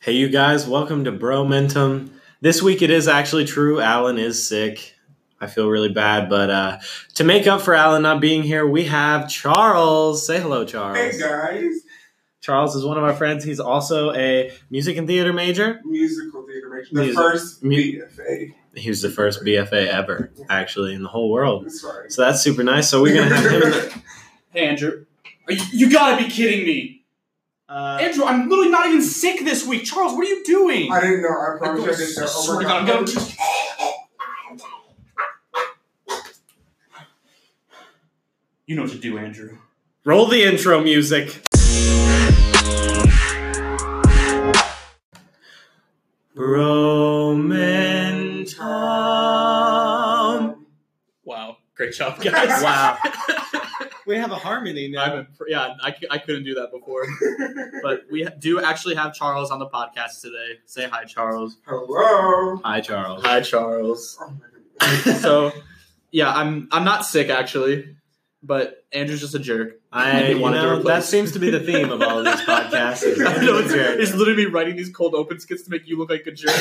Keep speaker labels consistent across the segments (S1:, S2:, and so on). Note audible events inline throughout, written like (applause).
S1: Hey, you guys, welcome to Bro Mentum. This week it is actually true. Alan is sick. I feel really bad, but uh, to make up for Alan not being here, we have Charles. Say hello, Charles.
S2: Hey guys,
S1: Charles is one of our friends. He's also a music and theater major.
S2: musical theater major. The
S1: Music-
S2: first
S1: mu-
S2: BFA.
S1: He was the first BFA ever, actually, in the whole world.
S2: That's right.
S1: So that's super nice. So we're going to have him. In
S2: (laughs)
S1: the-
S3: Hey, Andrew. Are you, you gotta be kidding me.
S1: uh,
S3: Andrew, I'm literally not even sick this week. Charles, what are you doing?
S2: I didn't know. I
S3: I
S2: promise you I didn't know. Oh
S3: swear to
S2: my
S3: God, I'm gonna- You know what to do, Andrew.
S1: roll the intro music. Bro Mentum.
S4: Wow, great
S1: (laughs)
S4: job,
S2: guys.
S1: wow. we have a harmony now.
S4: I'm impr- yeah, I, c- I couldn't do that before, but we ha- do actually have Charles on the podcast today. Say hi, Charles.
S2: (laughs) Hello.
S1: Hi, Charles. (laughs)
S4: Hi, Charles.
S2: Oh my goodness. (laughs)
S4: so, yeah, I'm I'm not sick actually, but Andrew's just a jerk.
S1: I,
S4: He
S1: you
S4: wanted to
S1: know, that
S4: replace.
S1: seems to be the theme of all of these podcasts. is
S4: (laughs) I know it's,
S1: Andrew.
S4: it's literally me writing these cold open skits to make you look like a jerk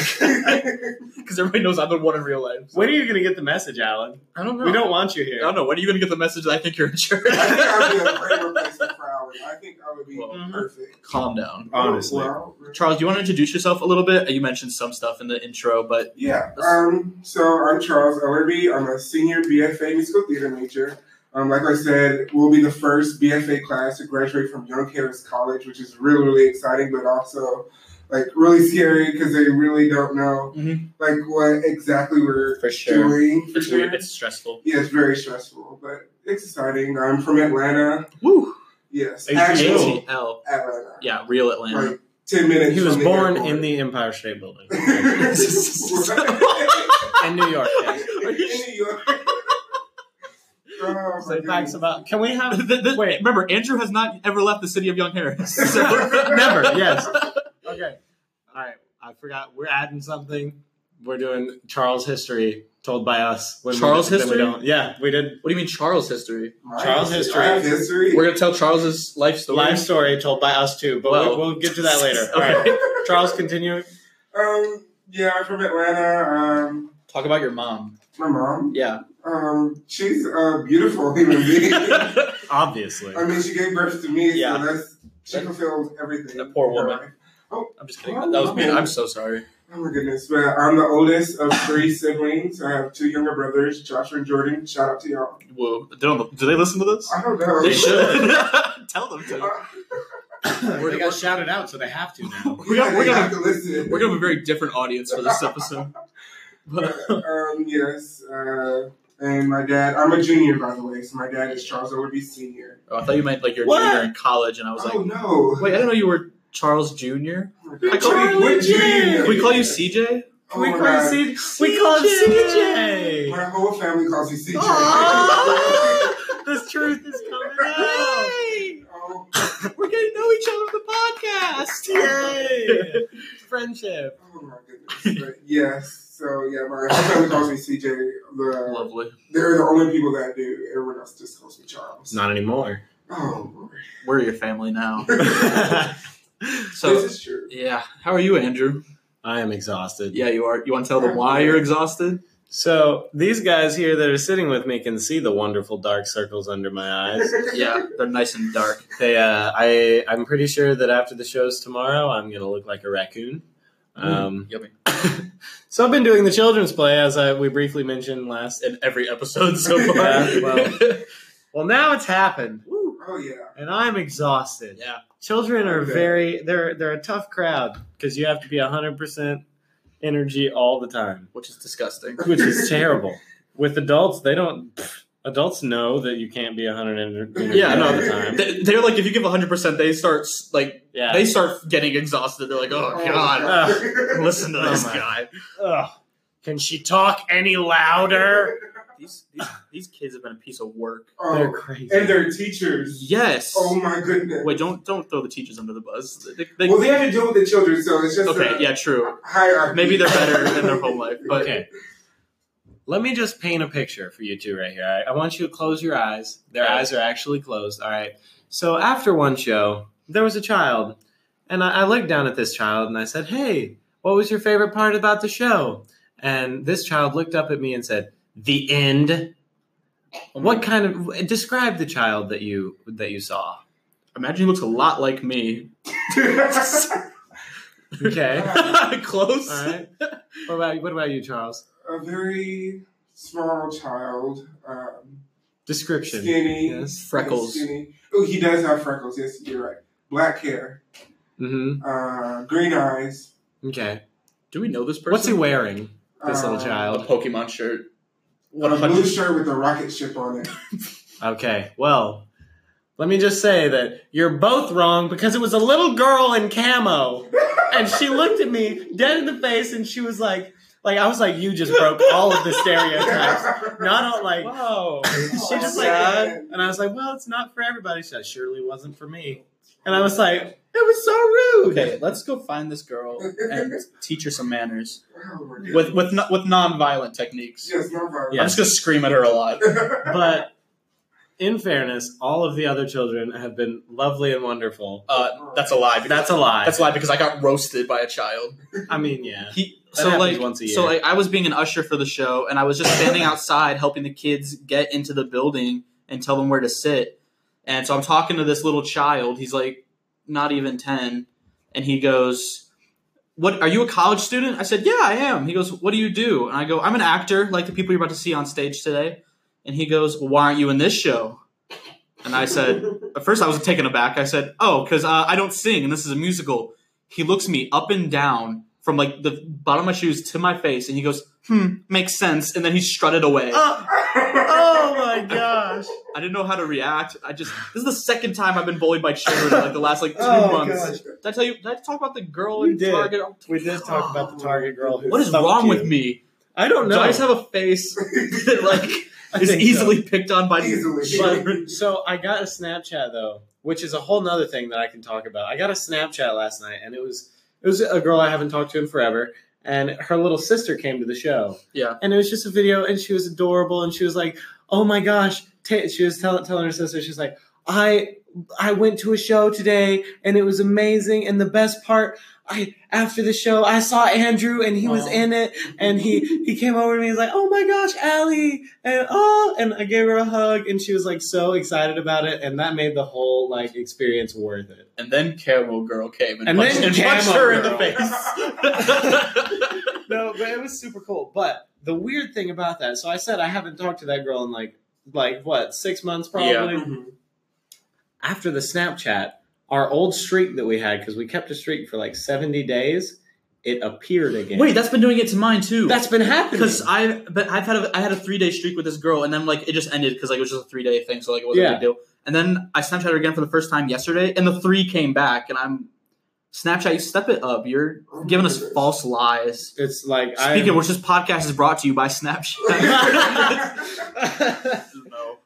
S4: (laughs) because everybody knows I'm the one in real life. so-
S1: when are you going to get the message, Alan?
S4: I don't know.
S1: We don't want you
S4: I
S1: here.
S4: don't know. When are you gonna get the message that (laughs) I think you're a jerk?
S2: I think I would be a great replacement for Howard. I think I would be
S4: Well,
S2: perfect.
S4: (laughs) Calm down.
S1: Honestly.
S2: Well,
S4: Charles, you want to introduce yourself a little bit? You mentioned some stuff in the intro, but
S2: Yeah. Um. So I'm Charles Ellerby. I'm a senior BFA musical theater major. Um, like I said, we'll be the first BFA class to graduate from Young Harris College, which is really, really exciting, but also like really scary because they really don't know
S4: Mhm.
S2: like what exactly we're
S4: for
S2: doing. For
S4: it's,
S2: Mm-hmm. sure.
S4: it's stressful.
S2: Yeah, it's very stressful, but it's exciting. I'm from Atlanta.
S4: Woo!
S2: Yes,
S1: Hey,
S2: actual
S4: ATL.
S2: Atlanta.
S4: Yeah, real Atlanta. (laughs)
S2: Like ten minutes.
S1: He was
S2: from the
S1: born
S2: airport.
S1: in the Empire State
S2: (laughs)
S1: Building
S2: in
S1: in New York. yes.
S2: New York.
S4: (laughs)
S2: Oh, my
S1: So facts
S2: goodness.
S1: about. Can we have?
S4: The- the-
S1: Wait.
S4: Remember, Andrew has not ever left the city of Young (laughs) Harris.
S1: (laughs)
S4: So-
S1: Never. Yes. Okay. All right. I forgot. We're adding something. We're doing Charles history told by us. when we-
S4: Charles
S1: then we
S4: history?
S1: don't- Yeah, we did
S4: What do you mean Charles history?
S2: My
S1: Charles history.
S2: I have history.
S4: We're gonna tell Charles's life
S1: The
S4: story.
S1: live story told by us too, but we'll,
S4: Well.
S1: we'll get to that later. All
S4: Okay.
S1: right,
S2: (laughs)
S1: Charles, continue.
S2: Um, yeah, I'm from Atlanta. Um,
S4: Talk about your mom.
S2: my mom.
S4: Yeah. (laughs)
S2: Um, she's a beautiful human being. I
S1: Obviously,
S2: mean, she gave birth to me,
S4: Yeah.
S2: so that's she fulfilled everything.
S4: That poor
S2: in her
S4: woman.
S2: life.
S4: I'm just kidding. That, that was mean. I'm so sorry.
S2: Oh my goodness! But I'm the oldest of three
S4: (laughs)
S2: siblings. I have two younger brothers, Joshua and Jordan. Shout out to y'all.
S4: Whoa. They don't- do they listen to this?
S2: I don't know.
S4: They
S2: (laughs)
S4: should. (laughs) tell them to.
S1: they got shouted out, so they have to now.
S4: We're gonna, we're
S2: have
S4: gonna
S2: to listen.
S4: we're gonna have a very different audience for this episode. (laughs) Oh, But,
S2: um, yes. Uh, and my dad. I'm a junior, by the way. So my dad is Charles Ellerby Senior.
S4: oh, I thought you meant like your
S1: What?
S4: junior in college, and I was like,
S2: oh no! Oh
S4: wait, I didn't know you were Charles Junior.
S1: You're
S2: I call
S1: Charlie
S2: you what
S1: Jr.
S2: junior?
S4: Can we call you CJ?
S2: Oh my God.
S1: C- we call him CJ.
S2: My whole family calls you
S1: (laughs)
S2: CJ. (laughs)
S1: Aw. The truth is coming out.
S4: Yay!
S2: Oh,
S4: We're gonna know each other on the
S1: Yay! Friendship.
S2: oh my goodness. But yes. So yeah, my whole family calls me CJ. The,
S4: Lovely.
S2: they're the only people that do. Everyone else just calls me Charles.
S1: Not anymore. (laughs)
S2: Oh, Lord.
S4: We're your family now.
S1: I
S4: (laughs) So
S2: this is true.
S4: yeah, how are you, Andrew?
S1: am exhausted.
S4: Yeah, you are. You want to tell them why you're exhausted?
S1: So these guys here that are sitting with me can see the wonderful dark circles under my eyes.
S2: (laughs)
S4: Yeah, they're nice and dark.
S1: They, uh, I, I'm pretty sure that after the shows tomorrow, I'm gonna look like a raccoon. Um, (laughs)
S4: Yummy.
S1: so I've been doing the children's play as I, we briefly mentioned last.
S4: In every episode (laughs) so far.
S1: Yeah, Well, now it's happened,
S4: Woo.
S2: Oh yeah.
S1: and I'm exhausted.
S4: Yeah.
S1: Children are
S2: Okay.
S1: very they're they're a tough crowd because you have to be 100 percent energy all the time,
S4: (laughs) which is disgusting.
S1: which
S4: (laughs)
S1: is terrible. With adults, they don't. pfft, adults know that you can't be 100 ener- energy
S4: Yeah,
S1: all
S4: no,
S1: the time.
S4: They- They're like, if you give 100, percent they start s- like
S1: Yeah.
S4: they start getting exhausted. They're like, oh
S2: Oh, (laughs)
S4: god,
S2: God.
S4: listen to
S1: Oh,
S4: this
S1: my.
S4: guy.
S1: Ugh. Can she talk any louder?
S4: These, these these kids have been a piece of work.
S2: Oh,
S1: They're crazy.
S2: and their teachers.
S4: Yes.
S2: Oh my goodness.
S4: Wait, don't don't throw the teachers under the bus. They- they-
S2: well, they have to deal with the children, so it's just
S4: okay,
S2: a
S4: yeah, true.
S2: hierarchy.
S4: Maybe they're better in their
S2: (laughs)
S4: home life, but
S1: Okay. Let me just paint a picture for you two right here. all right? I want you to close your eyes. Their
S4: Okay.
S1: eyes are actually closed. All right. So after one show, there was a child And I, I looked down at this child and I said, Hey, what was your favorite part about the show? And this child looked up at me and said, The end.
S4: Oh
S1: What kind of describe the child that you that you saw?
S4: Imagine he looks a lot like me.
S1: Okay.
S4: (laughs) Close.
S1: All right. What about what about you, Charles?
S2: a very small child, um,
S1: Description.
S2: skinny,
S1: Yes.
S4: Freckles.
S2: Skinny. Oh, he does have freckles. Yes, you're right. Black hair,
S1: Mm-hmm.
S2: uh, green eyes.
S1: Okay.
S4: Do we know this person?
S1: What's he wearing? This
S2: uh,
S1: little
S4: A
S1: child.
S4: Pokemon shirt. What
S2: A
S4: a
S2: blue (laughs)
S4: bunch
S2: shirt with a rocket ship on
S4: (laughs)
S2: it.
S1: Okay. Well, let me just say that you're both wrong because it was a little girl in camo,
S2: (laughs)
S1: and she looked at me dead in the face, and she was like, like I was like, you just broke all of the stereotypes. Not all like, whoa. She just like,
S2: Sad.
S1: and I was like, well, it's not for everybody. She said, surely wasn't for me. And I was like, it was so rude.
S4: Okay, let's go find this girl
S1: (laughs)
S4: and teach her some manners
S2: Oh my goodness.
S4: with with no, with non-violent techniques.
S2: Yes, no problem.
S4: I'm just gonna scream at her a lot.
S1: But in fairness, all of the other children have been lovely and wonderful.
S4: Uh,
S2: (laughs)
S4: that's a lie. because-
S1: That's a lie.
S4: That's a lie because I got roasted by a child.
S1: I mean, yeah.
S4: He,
S1: That
S4: so
S1: happens
S4: like
S1: once a
S4: so
S1: year.
S4: like I was being an usher for the show and I was just standing outside helping the kids get into the building and tell them where to sit. And so I'm talking to this little child. He's like not even 10 and he goes, "What are you a college student?" I said, "Yeah, I am." He goes, "What do you do?" And I go, "I'm an actor like the people you're about to see on stage today." And he goes, well, "Why aren't you in this show?" And I said, at first I was taken aback. I said, "Oh, because uh, I don't sing, and this is a musical." He looks me up and down from like the bottom of my shoes to my face, and he goes, "Hmm, makes sense." And then he strutted away.
S1: Oh, oh my gosh.
S4: I didn't know how to react. I just this is the second time I've been bullied by children in, like the
S1: (laughs)
S4: last like two
S5: Oh,
S4: months.
S5: gosh.
S4: Did I tell you? Did I talk about the girl
S1: You
S4: in
S1: did.
S4: Target?
S5: We did talk about the Target girl. Who
S4: What is
S5: thumped
S4: wrong
S5: you.
S4: with
S1: (laughs)
S4: me?
S1: I don't know.
S4: Do I just have a
S1: (laughs)
S4: face that (laughs) like is
S1: think so.
S4: easily picked on by
S2: Easily.
S4: (laughs) children?
S1: But- so I got a Snapchat though, which is a whole nother thing that I can talk about. I got a Snapchat last night, and it was it was a girl I haven't talked to in forever, and her little sister came to the show.
S4: Yeah.
S1: and it was just a video, and she was adorable, and she was like, "Oh my gosh!" Ta-, she was tell- telling her sister, she's like, "I I went to a show today, and it was amazing, and the best part." I after the show, I saw Andrew and he was
S4: Aw.
S1: in it, and he he came over to me. He's like, "Oh my gosh, Allie!" and oh and i gave her a hug and she was like so excited about it and that made the whole like experience worth it
S4: And then Camo Girl came and,
S1: And
S4: punched,
S1: then
S4: and punched
S1: Camo
S4: her in
S1: Girl.
S4: the
S1: (laughs)
S4: face.
S1: no but it was super cool but the weird thing about that so i said i haven't talked to that girl in like like what six months probably
S2: Mhm.
S1: after the snapchat our old streak that we had because we kept a streak for like 70 days it appeared again
S4: Wait, that's been doing it to mine too.
S1: that's been happening
S4: because I but I've had a I had a three day streak with this girl and then like it just ended because like it was just a three day thing, so like it wasn't a
S1: Yeah.
S4: big deal. And then I Snapchat her again for the first time yesterday, and the three came back, and I'm Snapchat. You step it up. You're giving us (laughs) false lies.
S1: it's like
S4: Speaking of
S1: I'm- (laughs)
S4: which, this podcast is brought to you by (laughs) Snapchat. no,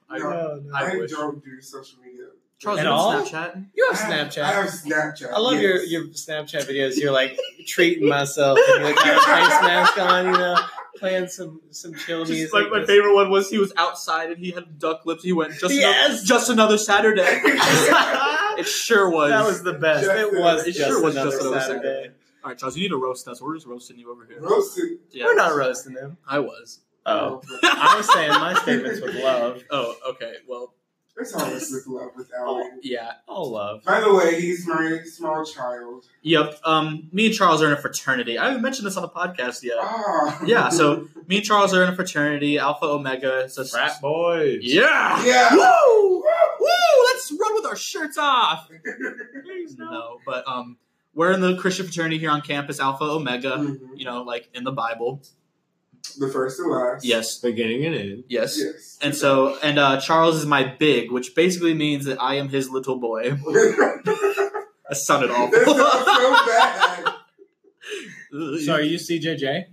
S4: I,
S1: Oh, no.
S4: I
S2: I,
S4: wish.
S2: don't do social media.
S4: Charles, you
S1: At
S4: have
S1: all?
S4: Snapchat?
S1: you
S2: I
S1: have snapchat
S2: I have Snapchat.
S1: I love
S2: yes.
S1: your, your Snapchat videos. You're like treating myself. And you like, got a face mask on, you know, playing some some chill music.
S4: Just, my, my favorite one was he was outside and he had duck lips. He went just
S1: Yes!
S4: ano- just another (laughs) Saturday.
S1: that
S4: it sure was.
S1: was the best. It was
S4: It
S1: just
S4: sure was
S1: another
S4: just another
S1: Saturday.
S4: Saturday. All right, Charles, you need to roast us. We're just roasting you over here.
S2: Roasted.
S4: Yeah.
S1: We're not roasting him.
S4: I was. (laughs)
S2: (laughs)
S1: Oh,
S4: I
S1: I was saying my statements with love.
S4: Oh, okay. Well,
S2: It's always with love with Alan.
S4: yeah.
S1: All love.
S2: By the way, he's my small child.
S4: Yep. Um, me and Charles are in a fraternity. I haven't mentioned this on the podcast yet.
S2: Ah.
S4: Yeah. So me and Charles are in a fraternity, Alpha Omega. It's a
S1: Frat boys.
S4: Yeah.
S2: (laughs) Yeah.
S4: (laughs) Woo! Woo! Let's run with our shirts off. No, but um, we're in the Christian fraternity here on campus, Alpha Omega.
S2: Mhm.
S4: You know, like in the Bible.
S2: The first and last.
S4: Yes,
S1: Beginning and end.
S4: yes.
S2: Yes.
S4: And
S2: (laughs)
S4: so, and uh, Charles is my big, which basically means that I am his little boy. That sounded (laughs)
S2: That sounds so
S4: awful.
S2: bad.
S1: So are you CJJ?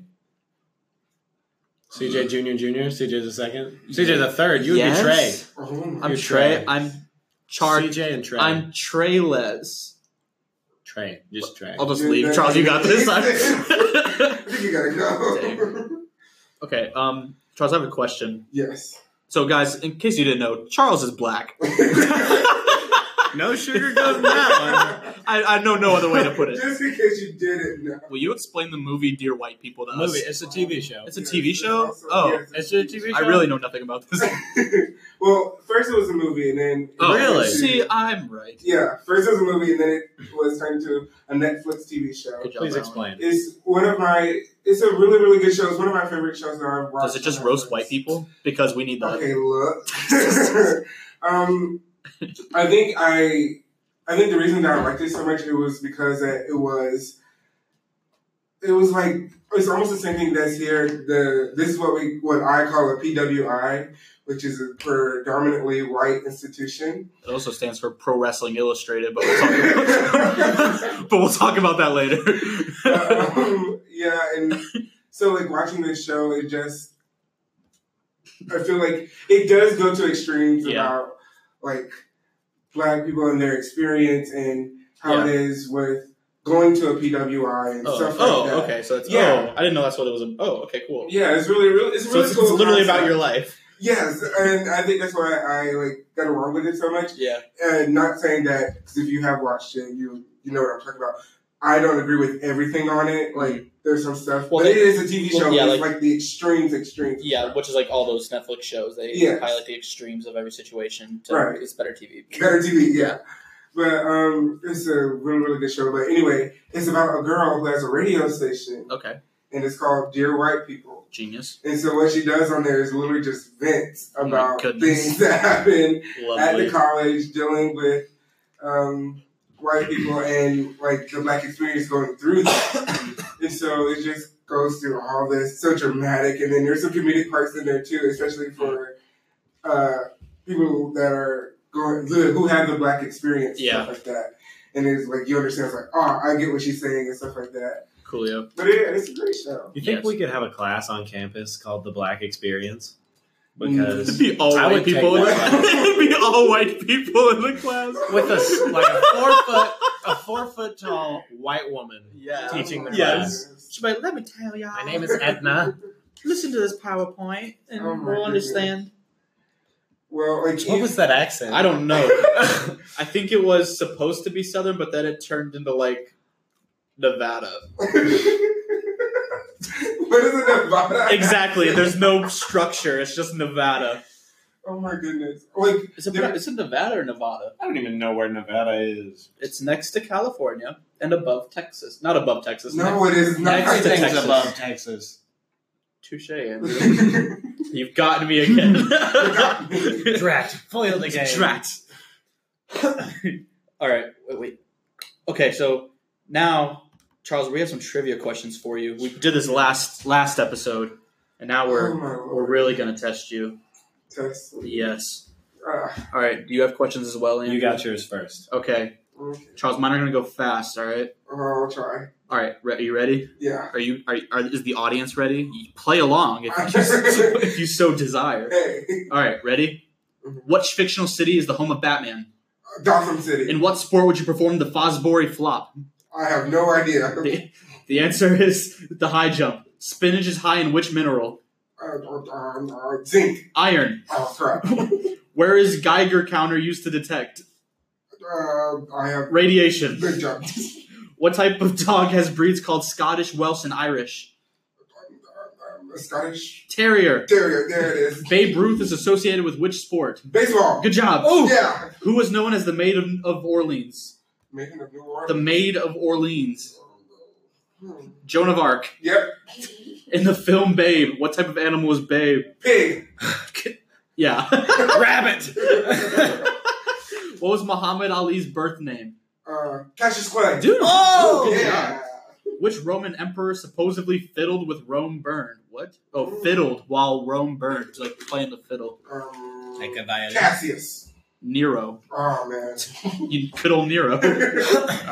S1: CJ Junior Junior, CJ the second, CJ the third. You would
S4: Mm. Yes.
S1: be Trey.
S2: Oh my
S4: I'm
S1: You're
S4: Trey.
S1: Trey.
S4: I'm Char.
S1: CJ and Trey.
S4: I'm Treyless.
S1: Trey. Just Trey.
S4: I'll just leave. Charles, you got (laughs) this.
S2: I
S4: I'm-
S2: think you gotta go.
S4: okay. Um, Charles, I have a question.
S2: yes. (laughs)
S4: (laughs) So, guys, in case you didn't know, Charles is black.
S1: No sugarcoating that
S4: I, I know no other way to put it.
S2: Just because you didn't know.
S4: (laughs) Will you explain the movie Dear White People to us?
S5: Movie. It's a
S1: um,
S5: TV show.
S4: It's a TV show? Oh,
S5: It's a TV show.
S4: I really know nothing about this.
S2: (laughs) well, first it was a movie, and then
S1: Oh, really?
S4: See, I'm right.
S2: Yeah, first it was a movie, and then it was turned into a Netflix TV show.
S4: Good job,
S1: Please
S4: Alan.
S1: explain.
S2: It's one of my. It's a really, really good show. It's one of my favorite shows that I've watched.
S4: Does it just roast white people? Because we need that.
S2: Okay, look. (laughs) um, I think I, I think the reason that I liked it so much it was because it, it was, it was like it's almost the same thing that's here. The this is what we what I call a PWI, which is a predominantly white institution.
S4: It also stands for Pro Wrestling Illustrated, but we'll talk, but we'll talk about (laughs) that
S2: (laughs)
S4: Oh, later.
S2: um, yeah, and so like watching this show, it just I feel like it does go to extremes
S4: Yeah.
S2: about like black people and their experience and how it is with going to a PWI and
S4: oh,
S2: stuff like
S4: oh,
S2: that.
S4: okay. So it's
S2: Yeah.
S4: oh, I didn't know that's what it was. Oh, okay, cool.
S2: Yeah, it's really, really, it's a
S4: So
S2: really
S4: it's,
S2: cool.
S4: it's literally about
S2: concept.
S4: your life.
S2: yes, and I think that's why I like got along with it so much.
S4: Yeah.
S2: And not saying that because if you have watched it, you you know what I'm talking about. I don't agree with everything on it. Like there's some stuff,
S4: Mm-hmm. Well,
S2: but
S4: they-
S2: it is a TV
S4: well,
S2: show.
S4: yeah,
S2: it's like, the extremes, extremes.
S4: Yeah, which is like all those Netflix shows. They
S2: Yes.
S4: highlight the extremes of every situation to
S2: Right.
S4: it's better TV.
S2: better TV. Yeah, but um, it's a really really good show. But anyway, it's about a girl who has a radio station,
S4: Okay,
S2: and it's called Dear White People.
S4: genius.
S2: And so what she does on there is literally just vents
S4: my
S2: about
S4: goodness.
S2: things that (laughs) happen at
S1: one.
S2: the college, dealing with um, white people and like the black experience going through that. and so it just goes through all this so dramatic, and then there's some comedic parts in there too, especially for uh, people that are going the, who have the black experience,
S4: Yeah.
S2: stuff like that. And it's like you understand, it's like oh, I get what she's saying and stuff like that.
S4: (laughs) Coolio.
S2: But yeah, it's a great show.
S1: You think
S4: Yes.
S1: we could have a class on campus called the Black Experience?
S4: It'd
S1: Because
S4: be all
S1: I
S4: white
S1: would take
S4: people.
S2: that.
S4: (laughs) It'd be all white people in the class.
S1: with a s- like a four foot a four foot tall white woman.
S4: Yeah.
S1: Teaching the
S4: Yes.
S2: class.
S4: She's like, let me tell y'all.
S1: My name is Edna.
S4: Listen to this PowerPoint,
S2: (laughs)
S4: and
S2: Oh my
S4: we'll
S2: goodness.
S4: understand.
S2: Well, like
S1: What was that accent? (laughs)
S4: I don't know. I think it was supposed to be southern, but then it turned into like
S6: (laughs)
S4: Nevada.
S2: what is it Nevada?
S4: Exactly. There's no structure. It's just Nevada.
S2: Oh my goodness! Like
S4: Is it, is it Nevada or Nevada?
S1: I don't even know where Nevada is.
S4: It's next to California and above Texas. Not above Texas. next-
S2: no, it is not.
S4: Everything's
S2: (laughs)
S4: Texas. above
S1: Texas.
S4: Touche, Andrew. You've gotten me
S6: (laughs)
S4: again. (laughs)
S5: Drat. Foiled again.
S4: Drat. (coughs) All right. Wait, wait. Okay, so now, Charles, we have some trivia questions for you. We did this last last episode, and now
S2: oh
S4: we're
S2: my
S4: we're
S2: lord!
S4: really gonna test you.
S2: Test.
S4: Yes.
S2: Ah,
S4: All right. Do you have questions as well, Andrew?
S1: You got yours first.
S4: Okay,
S2: okay. Oh,
S4: Charles. Mine are gonna go fast. All right.
S2: I'll try.
S4: All right. Re- are you ready?
S2: Yeah.
S4: Are you are, are is the audience ready? You play
S2: (laughs)
S4: along if you, so, (laughs) if you so desire.
S2: Hey,
S4: All right, ready? What fictional city is the home of Batman?
S2: Gotham City.
S4: In what sport would you perform the Fosbury flop?
S2: I have no idea.
S4: (laughs) The, the answer (laughs) is the high jump. Spinach is high in which mineral?
S2: Uh, uh, um, uh, zinc.
S4: Iron.
S2: Oh crap!
S4: Where is Geiger counter used to detect?
S2: Uh, I have.
S4: Radiation.
S2: Good job. (laughs)
S4: What type of dog has breeds called Scottish, Welsh, and Irish?
S2: Um, Scottish.
S4: Terrier.
S2: There, there it is.
S4: Babe Ruth is associated with which sport?
S2: Baseball.
S4: Good job.
S2: Yeah.
S4: Who was known as the Maid of, of Orleans?
S2: Making of New
S4: The
S2: Orleans.
S4: Maid of Orleans.
S2: Hmm.
S4: Joan of Arc.
S2: Yep.
S4: In the film Babe, what type of animal is Babe?
S2: Pig.
S4: Yeah. (laughs)
S5: Rabbit.
S1: (laughs)
S4: what was Muhammad Ali's birth name?
S2: Uh, Cassius Clay.
S4: Dude.
S5: Oh!
S4: good
S2: yeah.
S4: job. Which Roman emperor supposedly fiddled with Rome burned? What? Oh, fiddled while Rome burned. It's Like playing the fiddle.
S2: Um,
S5: Like a violin.
S2: Cassius.
S4: Nero.
S2: Oh man.
S4: You fiddle
S1: (laughs)
S4: Nero. All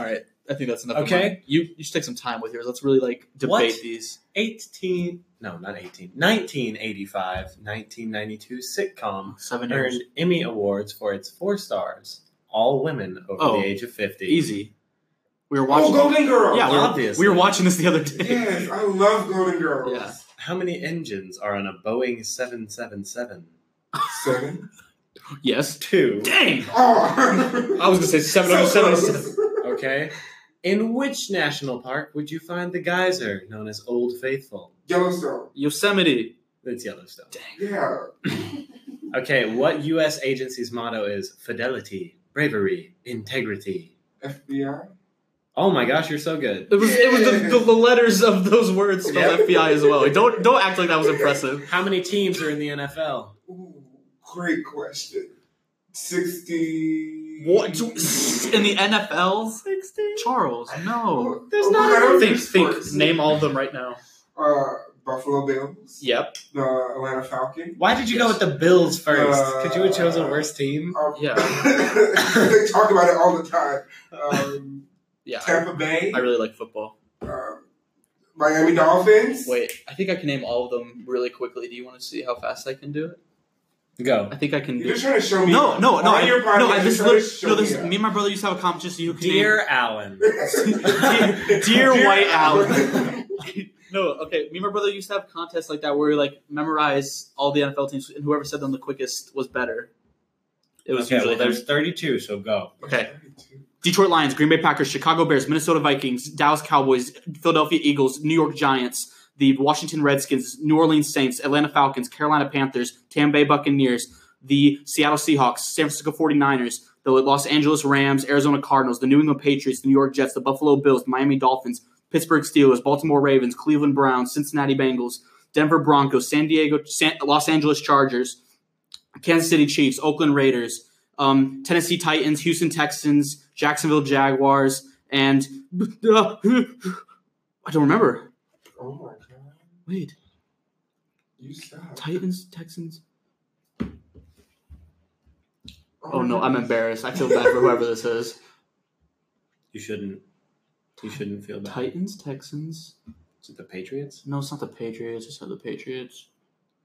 S4: right. I think that's enough. of
S5: Okay.
S4: mine. You you should take some time with yours. Let's really like debate
S1: What?
S4: these.
S1: 18 no not 18 1985 1992 sitcom
S4: Seven years.
S1: earned emmy awards for its four stars all women over
S4: Oh,
S1: the age of 50
S4: Easy. We were
S2: oh,
S4: watching.
S2: Golden Girls.
S4: yeah, we were,
S1: Obviously.
S4: we were watching this the other day.
S2: Yes, I love Golden Girls.
S4: Yeah.
S1: how many engines are on a boeing 777
S2: Seven.
S6: Yes.
S1: Two.
S6: Dang!
S2: Oh.
S1: I was gonna say seven
S2: So
S1: hundred seven.
S2: close.
S1: Okay. In which national park would you find the geyser known as Old Faithful?
S2: Yellowstone.
S6: Yosemite.
S1: It's Yellowstone.
S2: Yeah.
S1: Okay, what U.S. agency's motto is fidelity, bravery, integrity?
S2: FBI.
S1: Oh my gosh, you're so good.
S6: It was it was the, the, the letters of those words spelled
S2: Yeah.
S6: FBI as well. Don't don't act like that was impressive.
S1: How many teams are in the NFL?
S2: Ooh, great question. Sixty.
S6: What in the NFL? Charles, no.
S2: There's
S1: not-
S6: Think think name all of them right now.
S2: Uh, Buffalo Bills.
S6: Yep.
S2: The Atlanta Falcons.
S1: Why did you go with the Bills first?
S2: Uh,
S1: Could you have chosen a worse team?
S2: Um, (laughs)
S6: Yeah.
S2: they talk about it all the time. Um,
S6: Yeah. I,
S2: Tampa Bay.
S6: I really like football.
S2: um, Miami Dolphins.
S6: Wait, I think I can name all of them really quickly. Do you want to see how fast I can do it?
S1: Go.
S6: I think I can
S2: You're
S6: do
S2: just trying to show me.
S6: No, no, no.
S2: On
S6: I,
S2: your podcast,
S6: no, I
S2: you're
S6: just
S2: trying to
S6: lit-
S2: show
S6: no, this,
S2: me up. (laughs)
S6: me (laughs) and my brother used to have a competition. You can name-
S1: Dear Alan.
S6: Dear- dear white owl. no, okay. Me and my brother used to have contests like that where we like memorize all the NFL teams, and whoever said them the quickest was better. It was
S1: okay,
S6: usually
S1: well,
S6: him.
S1: there's 32, so go.
S6: Okay. Detroit Lions, Green Bay Packers, Chicago Bears, Minnesota Vikings, Dallas Cowboys, Philadelphia Eagles, New York Giants, the Washington Redskins, New Orleans Saints, Atlanta Falcons, Carolina Panthers, Tampa Bay Buccaneers, the Seattle Seahawks, San Francisco 49ers, the Los Angeles Rams, Arizona Cardinals, the New England Patriots, the New York Jets, the Buffalo Bills, the Miami Dolphins, Pittsburgh Steelers, Baltimore Ravens, Cleveland Browns, Cincinnati Bengals, Denver Broncos, San Diego, San, Los Angeles Chargers, Kansas City Chiefs, Oakland Raiders, um, Tennessee Titans, Houston Texans, Jacksonville Jaguars, and (laughs) I don't remember.
S2: (laughs) Oh my god.
S6: Wait,
S2: You suck.
S6: Titans, Texans. Oh no, I'm embarrassed. I feel bad for whoever this is. (laughs)
S1: You shouldn't. You shouldn't feel bad.
S6: Titans, Texans.
S1: Is it the Patriots?
S6: No, it's not the Patriots. I said the Patriots.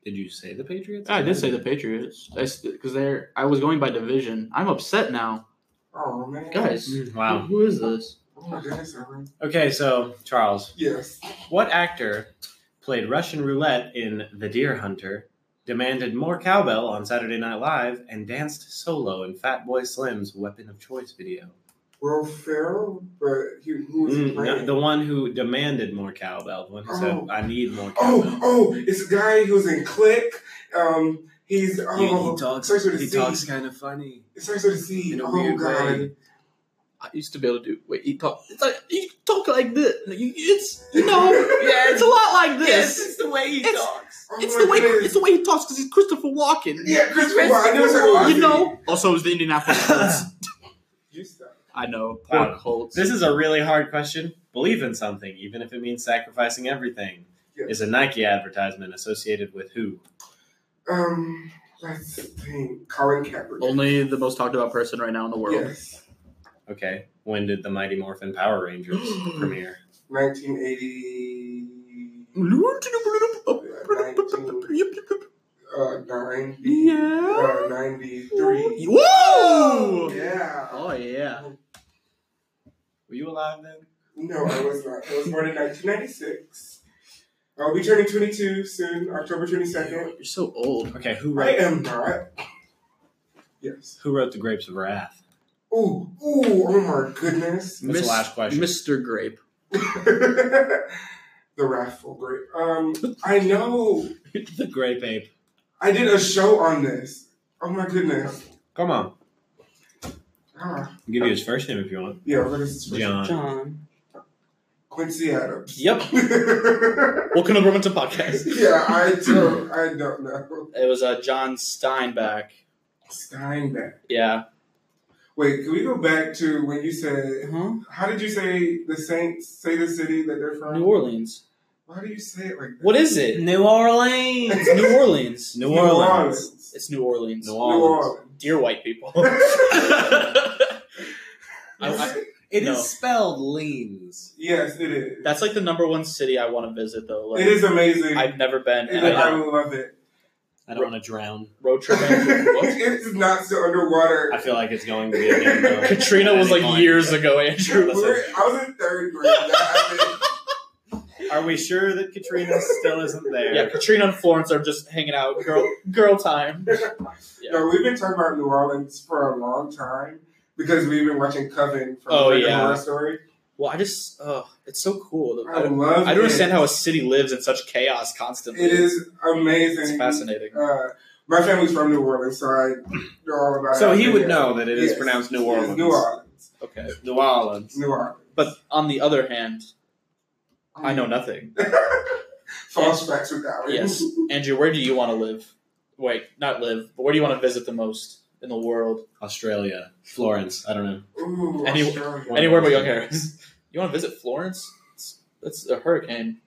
S1: Did you say the Patriots?
S6: I did say the Patriots. Because they're. I was going by division. I'm upset now,
S2: Oh man.
S6: guys.
S1: Mm, Wow.
S6: Who is this?
S2: Oh my goodness, Aaron.
S6: Mm-hmm.
S1: Okay, so Charles,
S2: Yes.
S1: what actor played Russian roulette in The Deer Hunter, demanded more cowbell on Saturday Night Live, and danced solo in Fatboy Slim's Weapon of Choice video?
S2: Will Ferrell, but he, who was he
S1: Mm, no,
S2: playing?
S1: the one who demanded more cowbell. The one who
S2: Oh.
S1: said, "I need more
S2: Oh,
S1: cowbell."
S2: oh, it's a guy who's in Click. Um, he's oh, starts with a C.
S1: kind of funny.
S2: It starts with a C.
S1: in a
S2: oh
S1: weird
S2: god.
S1: way.
S6: I used to be able to do. Wait, you talk. It's like you talk like this. You- It's (laughs) no.
S2: (laughs)
S6: yeah, it's a lot like this.
S1: the way he
S6: It's-
S1: talks.
S2: Oh
S6: It's
S2: my
S6: the way
S2: goodness.
S6: it's the way he talks because he's Christopher Walken.
S2: Yeah, Chris Rock. I knew it was like,
S6: You know. Also, it was the Indianapolis (laughs) Colts.
S2: You suck.
S6: I know. Poor
S1: Wow.
S6: Colts.
S1: This is a really hard question. Believe in something, even if it means sacrificing everything.
S2: Yes.
S1: Is a Nike advertisement associated with who?
S2: Um, let's think. Colin Kaepernick.
S6: Only the most talked about person right now in the world.
S2: Yes.
S1: Okay. When did the Mighty Morphin Power Rangers (gasps) premiere?
S2: 1989. Uh, nine,
S6: Yeah.
S2: uh, 93.
S6: Whoa!
S2: Yeah.
S6: Oh yeah.
S1: Were you alive then?
S2: No, I was not. I was born in 1996. I'll be turning 22 soon, October 22nd.
S6: You're so old.
S1: Okay. Who
S2: I
S1: wrote?
S2: am not. Yes.
S1: Who wrote the Grapes of Wrath?
S2: Ooh, ooh, oh my goodness.
S1: That's the last question.
S6: Mr. Grape.
S2: (laughs) the wrathful grape. Um, I know.
S1: the Grape Ape.
S2: I did a show on this. Oh my goodness.
S1: Come on.
S2: Ah,
S1: I'll give you his first name if you want.
S2: yeah, what is this?
S1: John.
S6: John.
S2: Quincy Adams. (laughs)
S6: Yep. Welcome to Roman to Podcast.
S2: yeah, I don't, I don't know.
S6: It was uh, John Steinbeck.
S2: Steinbeck.
S6: Yeah.
S2: Wait, can we go back to when you said,
S6: Huh?
S2: how did you say the Saints, say the city that they're from?
S6: New Orleans.
S2: Why do you say it like that?
S6: What is it?
S1: New Orleans.
S6: It's New Orleans.
S1: New Orleans.
S6: It's New Orleans.
S1: New
S2: New
S1: Orleans.
S2: Orleans.
S6: Dear white (laughs) people. I- I-
S1: It is
S6: No.
S1: spelled leans.
S2: (laughs) yes, it is.
S6: that's like the number one city I want to visit, though. Like,
S2: it is amazing.
S6: I've never been.
S2: It-
S6: And I
S2: I
S6: don't-
S2: love it.
S1: I don't want to drown.
S2: (laughs)
S6: road tripping. What?
S2: it's not so underwater.
S1: I feel like it's going to be again. though. (laughs)
S6: Katrina
S1: At
S6: was
S1: any
S6: like
S1: point.
S6: years ago, Andrew.
S1: Listen.
S2: We're- I was in third grade. I
S1: Are we sure that Katrina still isn't there?
S6: Yeah, Katrina and Florence are just hanging out, girl, girl time.
S4: Yeah.
S2: No, we've been talking about New Orleans for a long time because we've been watching Coven from
S6: Oh,
S2: American
S6: yeah.
S2: Horror Story.
S6: Well, I just, uh, it's so cool.
S2: I
S6: I don't,
S2: love.
S6: I
S2: it.
S6: don't understand how a city lives in such chaos constantly.
S2: It is amazing.
S6: It's fascinating.
S2: Uh, my family's from New Orleans, so I know all about.
S1: So
S2: it.
S1: he
S2: Yeah.
S1: would know that it is
S2: Yes.
S1: pronounced New
S2: Yes,
S1: Orleans.
S2: New Orleans.
S6: Okay.
S1: New Orleans.
S2: New Orleans.
S6: But on the other hand, I know nothing.
S2: (laughs) False facts with that one.
S6: Yes. Andrew, where do you want to live? Wait, not live, but where do you want to visit the most in the world?
S1: Australia. Florence. I don't know.
S2: Ooh,
S6: Any-
S2: Australia.
S6: Anywhere but Young Harris. You want to visit Florence? It's, that's a hurricane.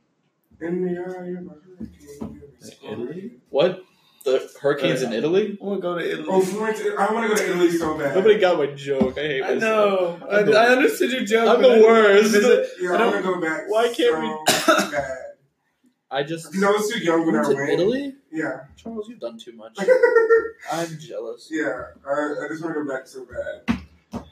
S2: In the eye of a hurricane.
S6: What? The hurricanes in Italy?
S1: I want to go to
S2: Oh, Florence! I want to go to Italy so bad.
S6: Nobody got my joke. I hate
S1: I
S6: myself.
S1: know. I, I understood your joke.
S6: I'm
S1: but I
S6: the
S1: didn't
S6: worst.
S1: visit-
S2: Yeah,
S6: I
S2: I
S6: don't-
S2: want to go back.
S6: why can't
S2: so we? (coughs) Bad.
S6: I just
S2: Because I was too young when I
S6: went to
S2: went.
S6: Italy.
S2: Yeah, (laughs)
S6: Charles, you've done too much. I'm jealous.
S2: yeah. I, I just want to go back so bad.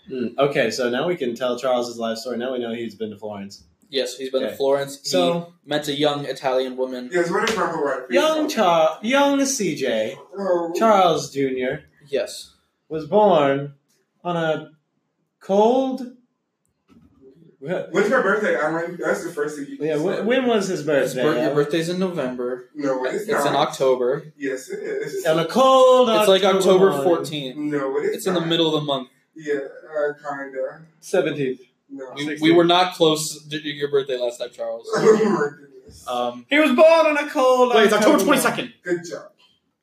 S1: Hmm, Okay, so now we can tell Charles's life story. Now we know he's been to Florence.
S6: Yes, he's been
S1: Okay.
S6: to Florence. He
S1: So
S6: met a young Italian woman.
S2: Yes, what if my Hawaii?
S1: young Char, young CJ,
S2: Oh,
S1: Charles Jr.
S6: Yes.
S1: was born on a cold.
S2: When's my birthday? I might. That's the first thing you.
S1: Yeah, when, when was his birthday?
S6: His bir- your birthday's in November.
S2: No, it's,
S6: It's
S2: not.
S6: in October.
S2: Yes, it is.
S1: on a cold.
S6: It's like October
S1: morning.
S6: 14th.
S2: No, it is.
S6: It's in the
S2: not.
S6: middle of the month.
S2: Yeah, uh, kinda.
S1: 17th.
S2: No.
S6: We, we were not close to your birthday last time, Charles.
S2: (laughs) oh my goodness.
S6: Um,
S1: He was born on a cold.
S4: Wait, it's October
S1: morning.
S4: 22nd.
S2: Good job.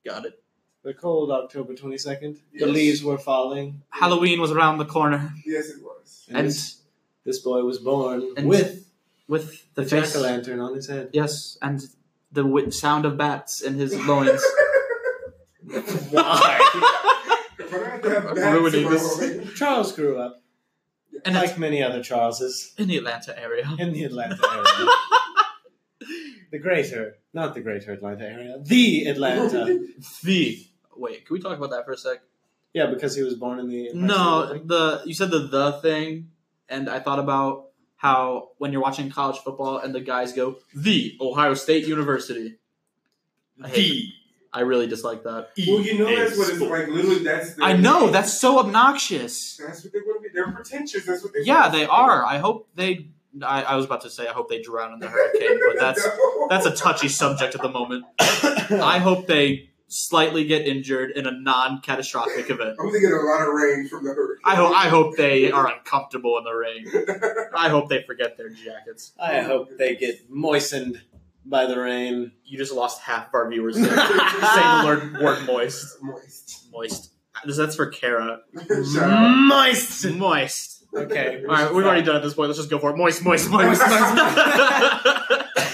S6: got it.
S1: The cold October 22nd. The
S2: Yes.
S1: leaves were falling.
S4: Halloween was around the corner,
S2: Yes, it was.
S1: And
S4: and
S1: this, this boy was born
S4: and-
S1: with
S4: with the
S1: a jack
S4: face,
S1: o' lantern on his
S6: (laughs)
S1: head.
S4: yes, and the wi- sound of bats in his (laughs) loins.
S2: (laughs) If I had to have
S4: I'm
S2: back
S4: ruining
S2: to my
S4: this.
S6: (laughs)
S2: Hawaii-
S1: Charles grew up,
S4: And
S1: like
S4: it's
S1: many other Charleses,
S4: in the Atlanta area.
S1: in the Atlanta
S4: (laughs)
S1: area. the greater, not the greater Atlanta area, the Atlanta.
S4: The wait, can we talk about that for a sec?
S1: Yeah, because he was born in the.
S4: No, the you said the the thing, and I thought about how when you're watching college football and the guys go the Ohio State University. I hate it. I really dislike that.
S2: Well, you know that's what it's like.
S6: Sports.
S2: Literally, that's. their-
S4: E, I know that's so obnoxious.
S2: That's what they want to be. They're pretentious. That's what they.
S4: Yeah,
S2: wanna
S4: they
S2: be.
S4: are. I hope they. I, I was about to say I hope they drown in the hurricane,
S2: (laughs)
S4: but that's
S2: No.
S4: that's a touchy subject at the moment. I hope they slightly get injured in a non-catastrophic event.
S2: I'm gonna get a lot of rain from the hurricane.
S4: I hope I hope
S2: (laughs)
S4: they are uncomfortable in the rain. I hope they forget their jackets.
S1: (coughs) I hope they get moistened by the
S4: (laughs)
S1: rain.
S4: You just lost half of our viewers.
S2: (laughs)
S4: there. Say the word, word moist.
S2: Moist.
S4: Moist. This- That's for Kara.
S2: Shout out.
S4: Moist. Moist.
S1: Okay.
S4: All right, we've already done it at this point. Let's just go for it. Moist, moist, moist, moist.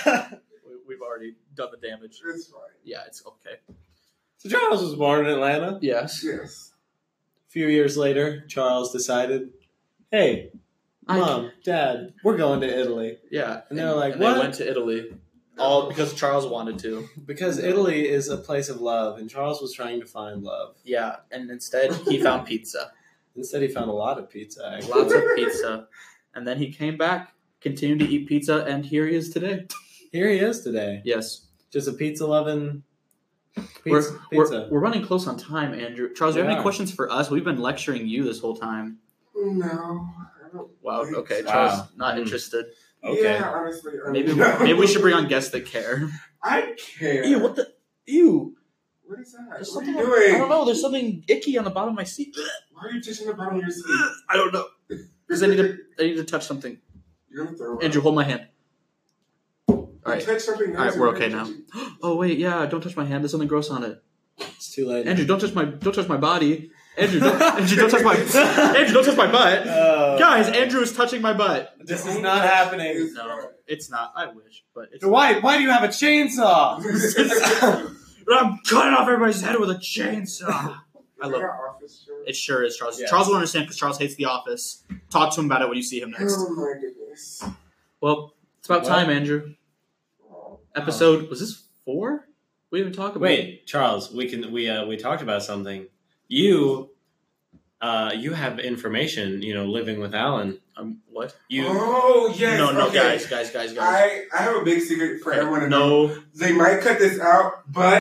S4: (laughs) We- we've already done the damage.
S2: It's fine.
S4: Yeah, it's okay.
S1: So Charles was born in Atlanta.
S4: Yes.
S2: Yes.
S1: A few years later, Charles decided, "Hey, mom, dad, we're going to Italy
S4: yeah.
S1: And they're like,
S4: and
S1: "What?"
S4: They went to Italy. All because Charles wanted to.
S1: because Italy is a place of love, and Charles was trying to find love.
S4: Yeah. And instead, he
S1: (laughs)
S4: found pizza.
S1: Instead, he found a lot of pizza. Actually.
S4: Lots of pizza. And then he came back, continued to eat pizza, and here he is today.
S1: Here he is today,
S4: Yes.
S1: just a pizza loving
S4: We're-
S1: pizza.
S4: We're,
S1: pizza.
S4: we're running close on time, Andrew. Charles, do you
S1: We
S4: have any
S1: are.
S4: questions for us? We've been lecturing you this whole time.
S2: No. I don't-
S4: Wow. Okay.
S2: Wow.
S4: Charles, not
S1: Mm.
S4: interested. (laughs)
S1: Okay.
S2: Yeah, honestly. I
S4: Maybe
S2: mean,
S4: maybe we should bring on guests that care.
S2: I care.
S4: (laughs) Ew, what the? Ew.
S2: What is that?
S4: There's
S2: What are you
S4: something.
S2: doing?
S4: I don't know. There's something icky on the bottom of my seat.
S2: Why are you touching the bottom of your seat?
S4: I don't know. Because I need to. I need to touch something.
S2: You're gonna throw up.
S4: Andrew, hold my hand. (gasps)
S2: You
S4: Alright.
S2: touched something
S4: Alright,
S2: nice
S4: we're
S2: and
S4: okay
S2: you're
S4: now.
S2: touching-
S4: Oh wait, yeah. Don't touch my hand. There's something gross on it.
S1: It's too late.
S4: Andrew, don't touch my. Don't touch my body. Andrew, don't, Andrew, don't
S1: (laughs)
S4: touch my. Andrew, don't touch
S2: (laughs)
S4: my butt.
S1: Oh.
S4: Guys, Andrew is touching my butt.
S1: this is not happening.
S2: It's
S4: No, it's not. I wish, but it's.
S1: Why? Why do you have a (laughs) chainsaw?
S2: fine.
S4: I'm cutting off everybody's head with a chainsaw. I love
S2: Our office joke.
S4: (laughs) It sure is, Charles.
S1: Yeah.
S4: Charles will understand because Charles hates The Office. Talk to him about it when you see him next.
S2: Oh my goodness.
S4: Well, it's about
S1: Well-
S4: time, Andrew.
S2: Oh.
S4: Episode was this four? We didn't even talk about.
S1: Wait, Charles, we can we uh, we talked about something. You uh, you have information, you know, living with Alan.
S4: Um, what?
S1: You
S2: Oh yes.
S4: no, no,
S2: okay.
S4: guys, guys, guys, guys.
S2: I I have a big secret for everyone to know.
S4: no.
S2: They might cut this out, but